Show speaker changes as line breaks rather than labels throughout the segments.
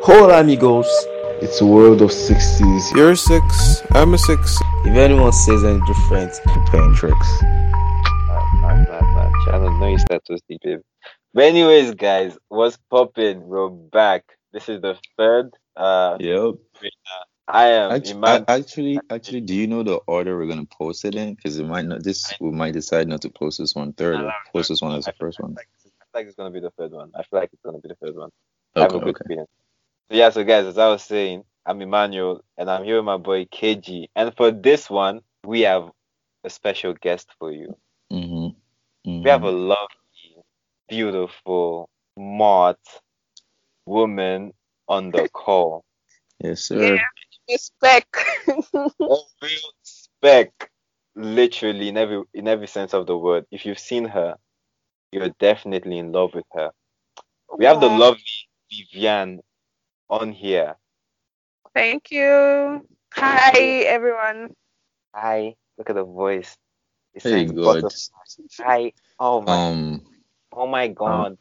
Hola amigos!
It's a world of sixties.
You're a six. I'm a six.
If anyone says any different,
You're playing tricks.
I'm, I'm not, man. I don't know his status, babe. But anyways, guys, what's popping? We're back. This is the third. Uh,
Yep.
I am
Actually,
Iman.
actually, actually, do you know the order we're gonna post it in? Because it might not. This we might decide not to post this one third. Or post this one as the first one.
I feel like it's gonna be the third one. I feel like it's gonna be the third one. I have
Okay.
a good
Okay.
feeling. So yeah, so guys, as I was saying, I'm Emmanuel, and I'm here with my boy KG. And for this one, we have a special guest for you.
Mhm.
We have a
Mhm.
lovely, beautiful, smart woman on the call.
Yes, sir.
respect.
A real spec, literally in every in every sense of the word. If you've seen her, you're definitely in love with her. We have the
Aw,
lovely Vivian on here.
Thank you. Hi, everyone.
Hi, look at the voice. It's
Hey God.
Hi. Oh
Um,
oh my
God.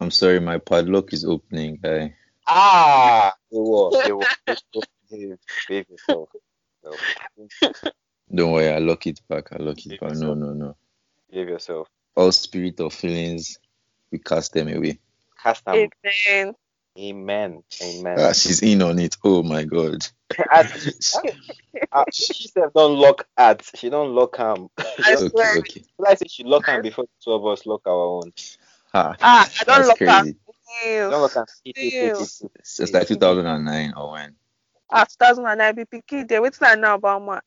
I'm sorry, my padlock is opening, guy.
Ah you were you were baby so so
Don't worry, I lock it back. I lock it back. No, no, no.
behave yourself.
All spirit of feelings, we cast them away.
Cast them.
Amen.
Amen. Amen.
Ah, she's in on it. Oh my God.
At- ah, she said don't lock at. She don't lock him.
I
Okay,
swear.
okay.
I say she lock him before the two of us lock our own.
Ah,
Ah, I don't
that's
look at
crazy.
you.
Don't lock him.
Ew.
It's just like 2009 or when.
Ah, 2009 be picky day. What's that now about my?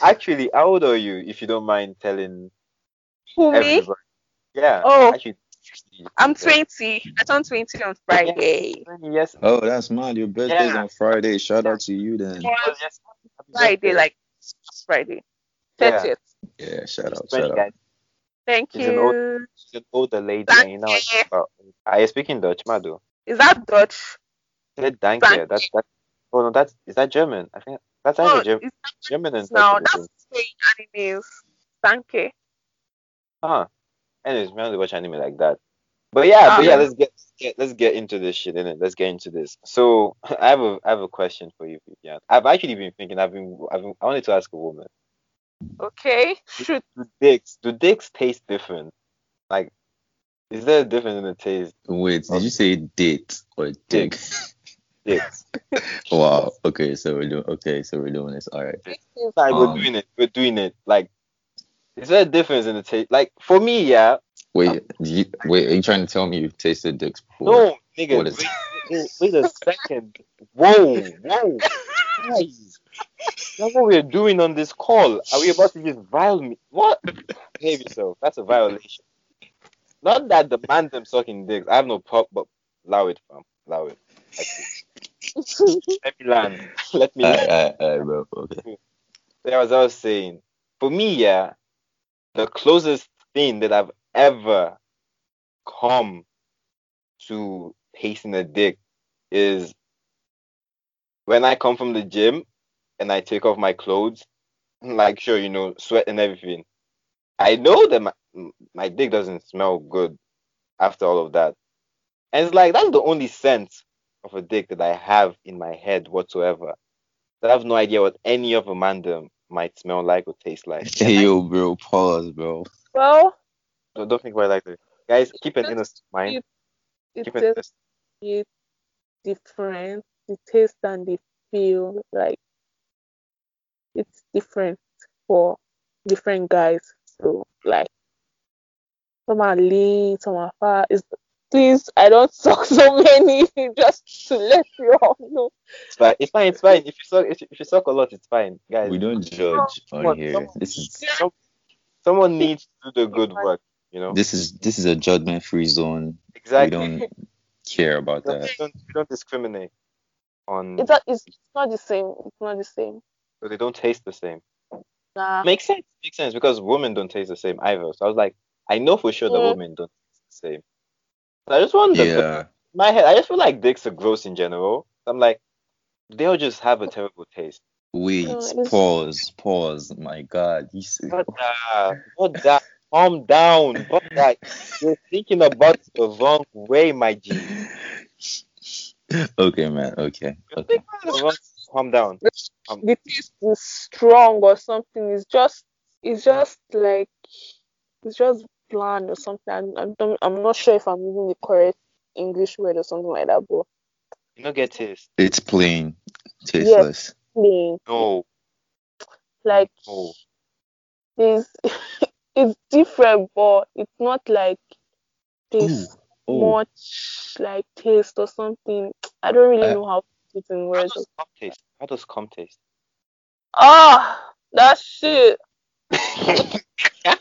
Actually, how old are you if you don't mind telling
Who me?
everybody? Yeah.
Oh.
actually,
I'm
yeah.
20. I turned 20 on Friday.
Yes.
Oh, that's mad. Your birthday's
Yeah.
on Friday. Shout out to you then.
Yeah.
Yes. Happy birthday.
Friday, like Friday. That's
Yeah.
it.
Yeah, shout out,
She's funny,
shout out.
guys.
Thank
She's an old-
you.
She's an older lady,
Thank
and you know what it's about. Are you speaking Dutch, Madu?
Is that Dutch?
Said danke.
Danke.
That's that. Oh no, that's is that German? I think that's either
Oh,
Ger-
it's
German and
now.
Dutch. I
That's
think.
saying animes. Thank you.
Huh. Anyways, we don't watch anime like that. But yeah, but
Ah.
yeah, let's get, get let's get into this shit, innit? Let's get into this. So I have a I have a question for you, Vivian. I've actually been thinking. I've been I've been, I wanted to ask a woman.
Okay. Shoot.
Do dicks do dicks taste different? Like, is there a difference in the taste?
Wait, did you say date or dick?
Dicks.
wow. Okay, so we're doing. Okay, so we're doing this. All right.
like we're
Um,
doing it. We're doing it. Like, is there a difference in the taste? Like for me, yeah.
Wait, do you, wait. Are you trying to tell me you've tasted dicks before?
No, nigga.
what is-
Wait, wait, wait a second. Whoa, whoa. Guys, that's what we're doing on this call. Are we about to just vile me? What? Behave yourself. That's a violation. Not that the man them sucking dicks. I have no pop, but allow it, fam. Allow it. Let me land. Let me.
All
land.
right, all right, all right, bro. Okay.
Yeah, as I was saying, for me, yeah, the closest thing that I've ever come to tasting a dick is when I come from the gym and I take off my clothes, like sure, you know, sweat and everything. I know that my, my dick doesn't smell good after all of that. And it's like that's the only sense of a dick that I have in my head whatsoever. That I have no idea what any other man them might smell like or taste like.
Hey, yo, bro. Pause, bro.
Well,
Don't, don't think about it like that. Guys, keep an innocent mind.
it
Keep an
is it different. The taste and the feel like it's different for different guys. So like some are lean, some are fat. It's, please, I don't suck so many just to let you all know.
It's fine. It's fine. It's fine. If you suck, if you, if you suck a lot, it's fine, guys.
We don't judge on
What?
here. This is
Someone needs to do the good work, you know.
this is this is a judgment-free zone. We
Exactly.
don't care about
We don't,
that.
we don't, we don't discriminate on,
It's not, it's not the same. It's not the same.
so they don't taste the same.
Nah.
Makes sense. Makes sense because women don't taste the same either. So I was like, I know for sure that
Mm.
women don't taste the same. So I just wonder.
Yeah.
my head, I just feel like dicks are gross in general. I'm like, they'll just have a terrible taste.
Wait,
No, it is-
pause, pause. My God, you see,
What the? What the? Ah, calm down. But like, you're thinking about the wrong way, my G. You're
Okay, man. Okay. Okay.
thinking about the wrong- Calm down.
the taste is strong or something. It's just it's just like it's just bland or something. I'm I'm, don't- I'm not sure if I'm using the correct English word or something like that, but
You don't get taste.
It's plain, tasteless.
plain
No.
like
Oh.
it's it's different, but it's not like this
Oh,
much like taste or something. I don't really
I-
know how to put it in
How
words.
does cum taste? How does cum taste?
Ah, that shit.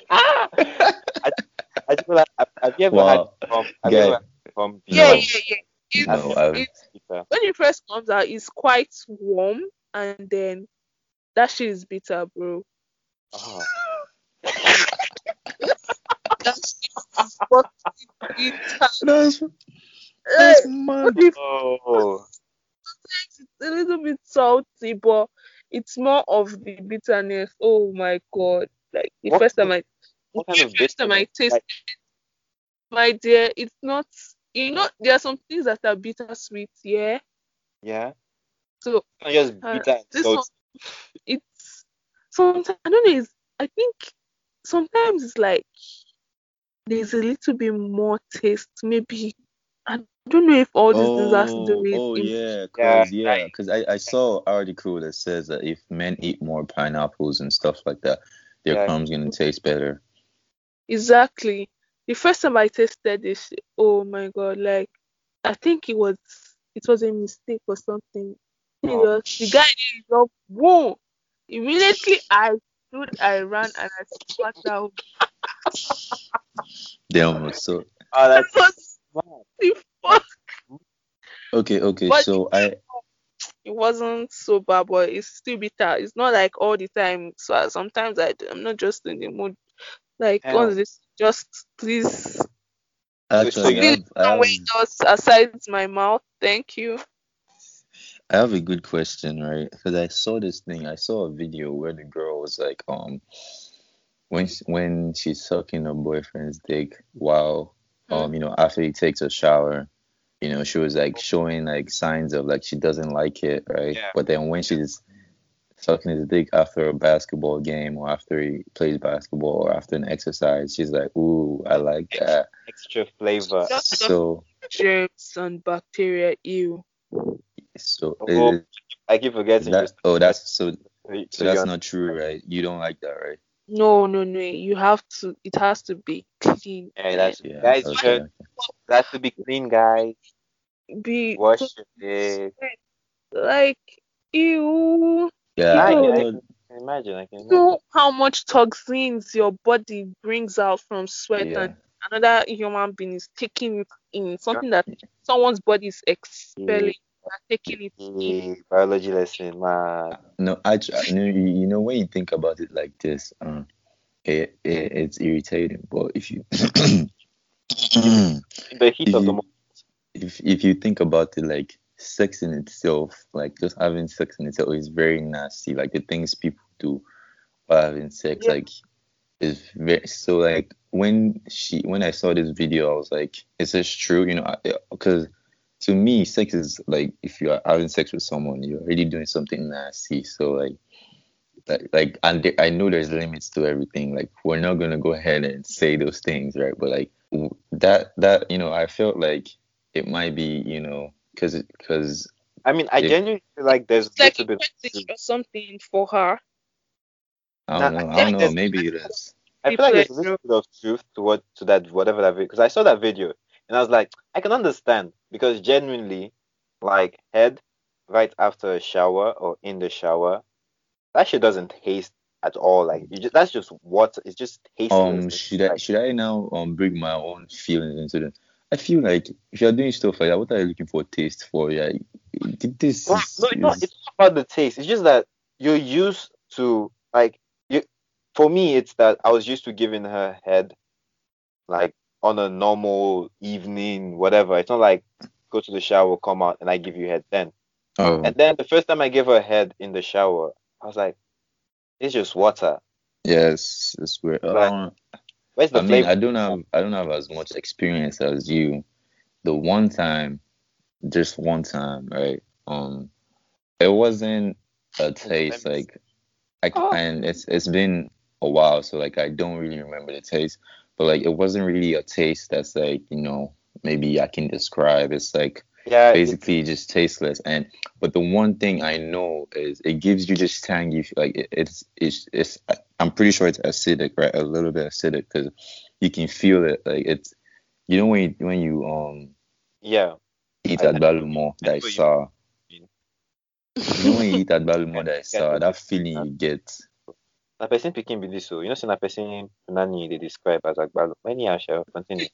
I, I just feel like, have, have you ever
wow.
had cum? Have you
Guy.
ever had cum?
Yeah,
No.
yeah, yeah. It's,
No, I've-
it's
yeah.
when it first comes out, it's quite warm, and then that shit is bitter, bro.
Oh.
That shit is fucking bitter.
That's,
Like,
that's mad.
it's
Oh.
a little bit salty, but it's more of the bitterness. Oh my god! Like the
What
first time I, the
what kind of
first time I
bitterness?
taste,
Like-
it, my dear, it's not. You know, there are some things that are bittersweet, yeah.
Yeah.
So
Not just
Uh,
bitter.
this
so
one, it's sometimes I don't know. It's, I think sometimes it's like there's a little bit more taste. Maybe I don't know if all these things has to do
Oh,
with
oh
im-
yeah,
Yeah,
cause yeah, cause I, I saw article that says that if men eat more pineapples and stuff like that, their
Yeah.
crumbs gonna taste better.
exactly. The first time I tasted this, oh my god! Like I think it was it was a mistake or something.
Oh.
Serious. The guy did not whoa. Immediately I stood, I ran, and I spat out.
They almost so.
oh,
That
that's
was
mad.
the first
Okay, okay.
But-
So I
it wasn't so bad, but it's still bitter. It's not like all the time. So I- sometimes I, I'm not just in the mood. Like,
Yeah.
on this, just please,
So
actually
you-
I have, I have
away those aside my mouth. Thank you.
I have a good question, right? Because I saw this thing. I saw a video where the girl was like, um, when she, when she's sucking her boyfriend's dick while, um, you know, after he takes a shower, you know, she was like showing like signs of like she doesn't like it, right?
Yeah.
But then when she's sucking his dick after a basketball game or after he plays basketball or after an exercise, she's like, ooh, I like that.
extra flavor.
Just
So
germs and bacteria. Ew.
so
Oh,
is,
I keep forgetting.
that oh that's so
just,
so that's not true, right? You don't like that, right?
No, no, no. You have to. It has to be clean.
Yeah, that's
Yeah.
guys.
okay,
Should,
okay.
that's to be clean, guys.
Be
Wash your dick.
like ew.
Yeah, I-
People-
I thought-
Can you Imagine, I can imagine.
Know how much toxins your body brings out from sweat and
yeah.
another human being is taking it in something that someone's body is expelling they're taking it
Mm.
in.
Yeah, biology lesson, man.
No, I tr- no, you you know when you think about it like this, uh, it, it it's irritating. But if you
The heat of the
Mhm.
moment.
if if you think about it, like sex in itself, like just having sex in itself is very nasty. Like the things people do while having sex,
Yeah.
like is very so. Like when she when I saw this video, I was like, is this true? You know, because to me, sex is like if you are having sex with someone, you're already doing something nasty. So like. Like, like and there, I know there's limits to everything. Like we're not gonna go ahead and say those things, right? But like w- that that you know, I felt like it might be you know because because
I mean, I
Yeah.
genuinely feel like there's
It's like
a
a
little bit.
fetish or something for her.
I don't
Nah,
know
I
I don't
think
know
there's-
maybe it is
I feel like there's a little bit of truth to what to that whatever that video because I saw that video and I was like, I can understand because genuinely, like head right after a shower or in the shower, that shit doesn't taste at all. Like you just that's just water. It's just tasteless.
um should I should I now um bring my own feelings into it? I feel like if you're doing stuff like that, what are you looking for taste for? Yeah, th- this
no,
is,
no, it's not,
is-
it's not about the taste. It's just that you're used to like you. For me, it's that I was used to giving her head, like on a normal evening, whatever. It's not like go to the shower, come out, and I give you head then.
oh
And then the first time I gave her head in the shower, I was like, it's just water.
yes, it's weird. Uh, I
Right.
don't-
Where's the
I mean,
flavor?
I don't have I don't have as much experience as you. The one time, just one time, right? Um, it wasn't a taste like, I, c-
Oh.
and it's it's been a while, so like I don't really remember the taste. But like, it wasn't really a taste that's like you know maybe I can describe. It's like
yeah, it's-
basically just tasteless. And but the one thing I know is it gives you just tangy, like it, it's it's it's. I'm pretty sure it's acidic, right? A little bit acidic because you can feel it. Like it's you know when you, when you um
yeah.
eat
I-
at Balumon that I
what you
saw.
mean.
You know when you eat at Balumon that I saw,
Yeah.
that feeling you get.
Na person picking be this, so you know, so na person nani they describe as agbalo. Anyhow, shall continue.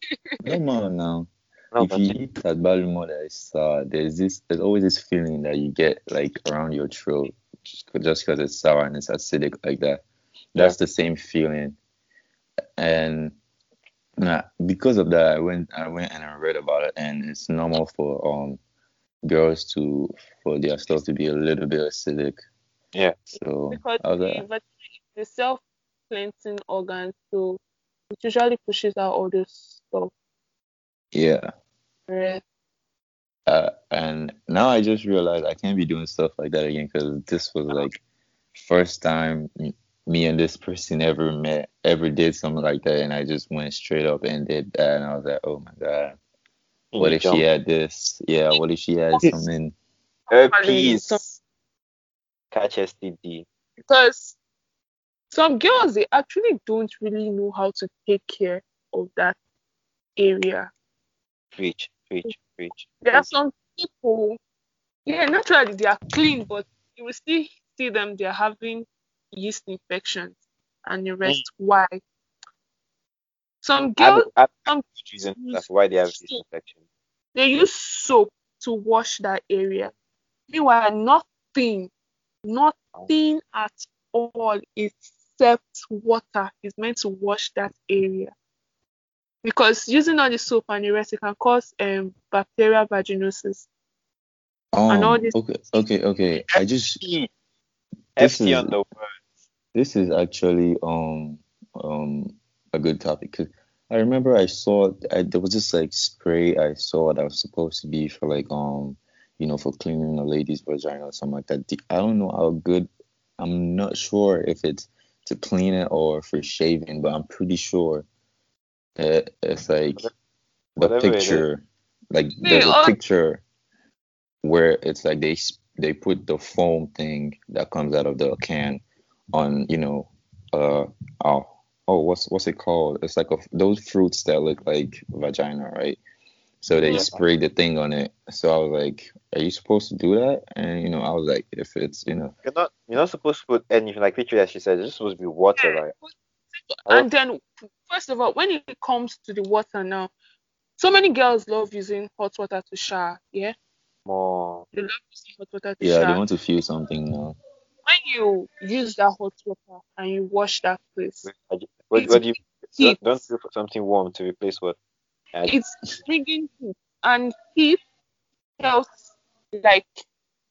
Come on now.
No,
if you
continue.
eat at Balumon that I saw, uh, there's this there's always this feeling that you get like around your throat just because it's sour and it's acidic like that. that's the same feeling and nah, because of that i went i went and i read about it and it's normal for um girls to for their stuff to be a little bit acidic
Yeah.
so
because
I was
the,
like,
vagina is the self cleansing organ, so it usually pushes out all those stuff.
yeah
Right.
uh, and now i just realized i can't be doing stuff like that again because this was like first time m- me and this person ever met ever did something like that and i just went straight up and did that and i was like oh my god what
You
if
jump.
she had this yeah what if she had something
herpes Uh, catch STD.
Because some girls they actually don't really know how to take care of that area.
Preach, preach, preach.
There are some people, yeah, naturally they are clean, but you will still see them they're having yeast infections and the rest. Why? Some
I have,
girls
I have
some
good reason that's why they have this infection.
they use soap to wash that area. Meanwhile, nothing, nothing at all except water is meant to wash that area. Because using all the soap and the rest, it can cause um, bacterial vaginosis.
Um,
all this-
okay, okay, okay. I just
P.
This
FT
is-
on the word.
this is actually um um a good topic 'cause I remember I saw I, there was this like spray I saw that was supposed to be for like um you know for cleaning a lady's vagina or something like that. The- I don't know how good. I'm not sure if it's to clean it or for shaving, but I'm pretty sure that it's like the
Whatever it is.
picture, like there's a
all-
picture where it's like they s- they put the foam thing that comes out of the can on you know uh oh oh what's what's it called it's like a, those fruits that look like vagina right so they
Yeah.
spray the thing on it so i was like are you supposed to do that and you know i was like if it's you know
You're not you're not supposed to put anything like literally as she said, it's just supposed to be water, like Oh.
And then, first of all, when it comes to the water now, so many girls love using hot water to shower. Yeah,
more
they love using hot water to
yeah
shower.
they want to feel something now
when you use that hot water and you wash that place,
what, what do you
heat.
don't, don't you put something warm to replace what? I-
It's bringing heat, and heat helps like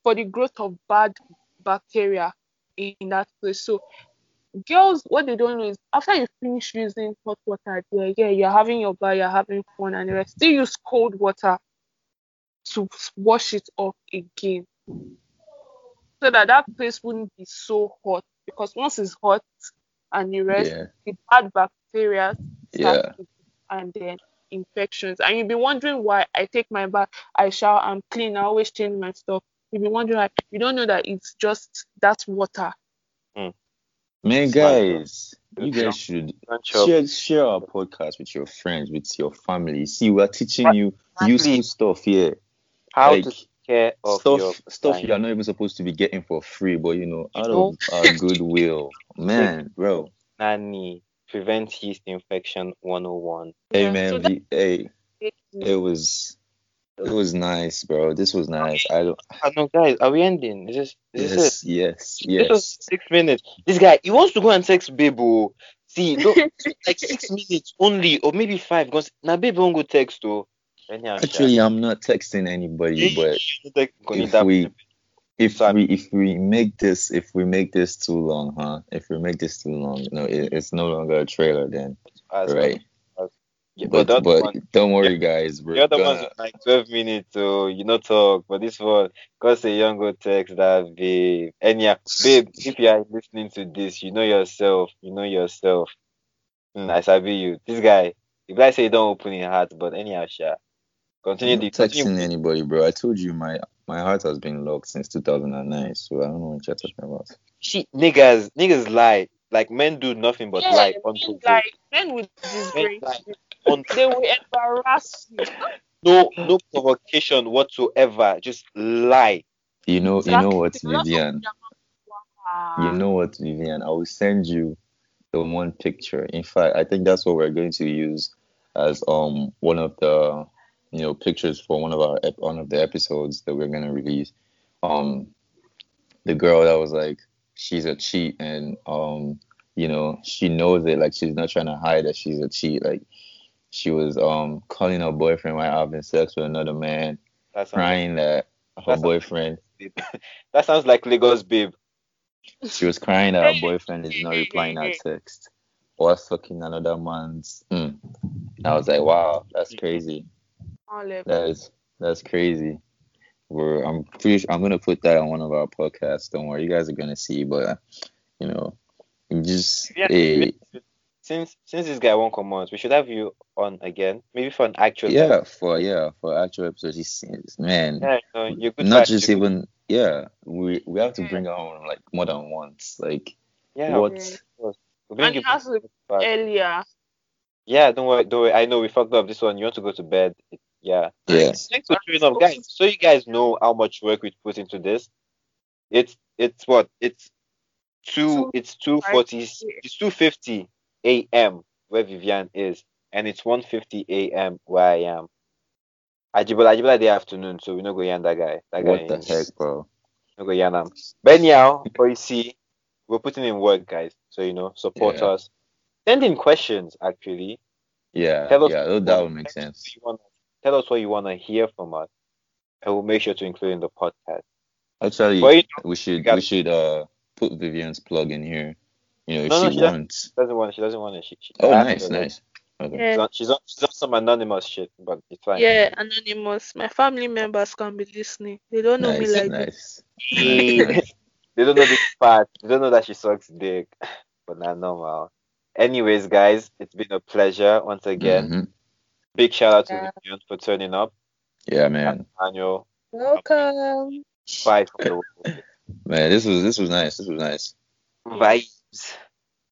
for the growth of bad bacteria in that place. So girls, what they don't know is after you finish using hot water, yeah, yeah, you're having your bath, you're having fun, and the rest. Still use cold water to wash it off again, so that that place wouldn't be so hot. Because once it's hot and you rest,
yeah
the bad bacteria start
yeah
to- and then infections. And you'll be wondering why I take my bath, I shower, I'm clean, I always change my stuff. You'll be wondering why you don't know that it's just that water.
man guys you guys should
don't chop.
share share our podcast with your friends with your family see we're teaching you useful stuff here
How
like,
to take care of
stuff
your
stuff
vagina.
you are not even supposed to be getting for free, but you know, out
know?
of our goodwill, man, bro.
nanny prevent yeast infection 101.
Hey man,
So
we- hey,
that's
it was it was nice, bro. This was nice. I don't.
I know, guys, are we ending? Is this, is this it?
Yes, yes,
This was
yes.
six minutes. This guy, he wants to go and text babe. oh. See, don't, like six minutes only, or maybe five. Because now babe won't go text oh. though. Anyhow, sha.
Actually, I'm not texting anybody, but
Text- gonna need
if
that-
we if
So I'm-
we if we make this if we make this too long, huh? If we make this too long, no, it, it's no longer a trailer then,
As well.
right?
Yeah,
but
but,
but,
that one,
don't worry, guys. We're
the other ones
gonna,
is like 12 minutes, so you know talk. But this one, cause a young go text that babe. And yeah, babe, if you are listening to this, you know yourself. You know yourself. Hmm, I sabi you. This guy, if I say don't open your heart, but anyhow, sure. Continue
I'm
the
not texting
continue.
anybody, bro. I told you my my heart has been locked since 2009, so I don't know what you're talking about.
She niggas, niggas lie. Like men do nothing but
yeah,
lie.
men
unprovoked.
like men with
Men
disgrace,
lie.
they will embarrass you.
no no provocation whatsoever. Just lie.
You know, you know what,
Exactly.
Vivian. You
Wow.
know what, Vivian. I will send you the one picture. In fact, I think that's what we're going to use as um one of the you know pictures for one of our ep- one of the episodes that we're gonna release. Um, the girl that was like she's a cheat and um you know she knows it like she's not trying to hide that she's a cheat like she was um calling her boyfriend while having sex with another man
That sounds,
crying that her
That's-
boyfriend
that sounds like Lagos babe.
she was crying that her boyfriend is not replying her text or fucking another man's mm. i was like wow that's crazy
Olive.
that is that's crazy we're i'm pretty sure i'm gonna put that on one of our podcasts don't worry you guys are gonna see but uh, you know just
Yeah.
eh,
Since since this guy won't come on, we should have you on again. Maybe for an actual
yeah for yeah for actual episodes he seems man
Yeah, no, you're good
not
vibes,
just
you're good-
even yeah we we have to bring her on like more than once like
Mm. yeah,
what
Yeah.
we'll bring
And
you
it has to be
back.
earlier.
Yeah, don't worry, don't worry. I know we fucked up this one. You want to go to bed. Yeah.
yeah
Thanks for showing up, guys. So you guys know how much work we put into this. It's it's what? It's two
Two-
it's two forty it's two fifty AM where Vivian is and it's one fifty AM where I am. Ajibola Ajibola the afternoon, so we no go yarn that guy. That guy
what the
is-
heck bro
no go yarn am. But anyhow, but you see, we're putting in work guys. So you know, support
Yeah.
us. Send in questions actually.
yeah
Tell us
yeah that, that would make sense
You wanna- Tell us what you want to hear from us, and we'll make sure to include in the podcast.
actually
But you
we should
got
we
it.
should uh put vivian's plug in here you know if
No, no,
she,
she doesn't-
wants
She doesn't want. She doesn't want it. She, she
oh
I-
nice nice okay
Yeah.
She's on, she's on, she's on some anonymous shit, but it's fine.
Yeah, anonymous. My family members can be listening. They don't know
nice
me like this.
nice
Hey, they don't know this part. They don't know that she sucks dick, but not normal. Anyways, guys, it's been a pleasure once again.
Mhm.
Big shout out to
Yeah.
Vivian for turning up.
yeah man
Daniel,
Welcome.
bye for the
man this was this was nice this was nice
vibes.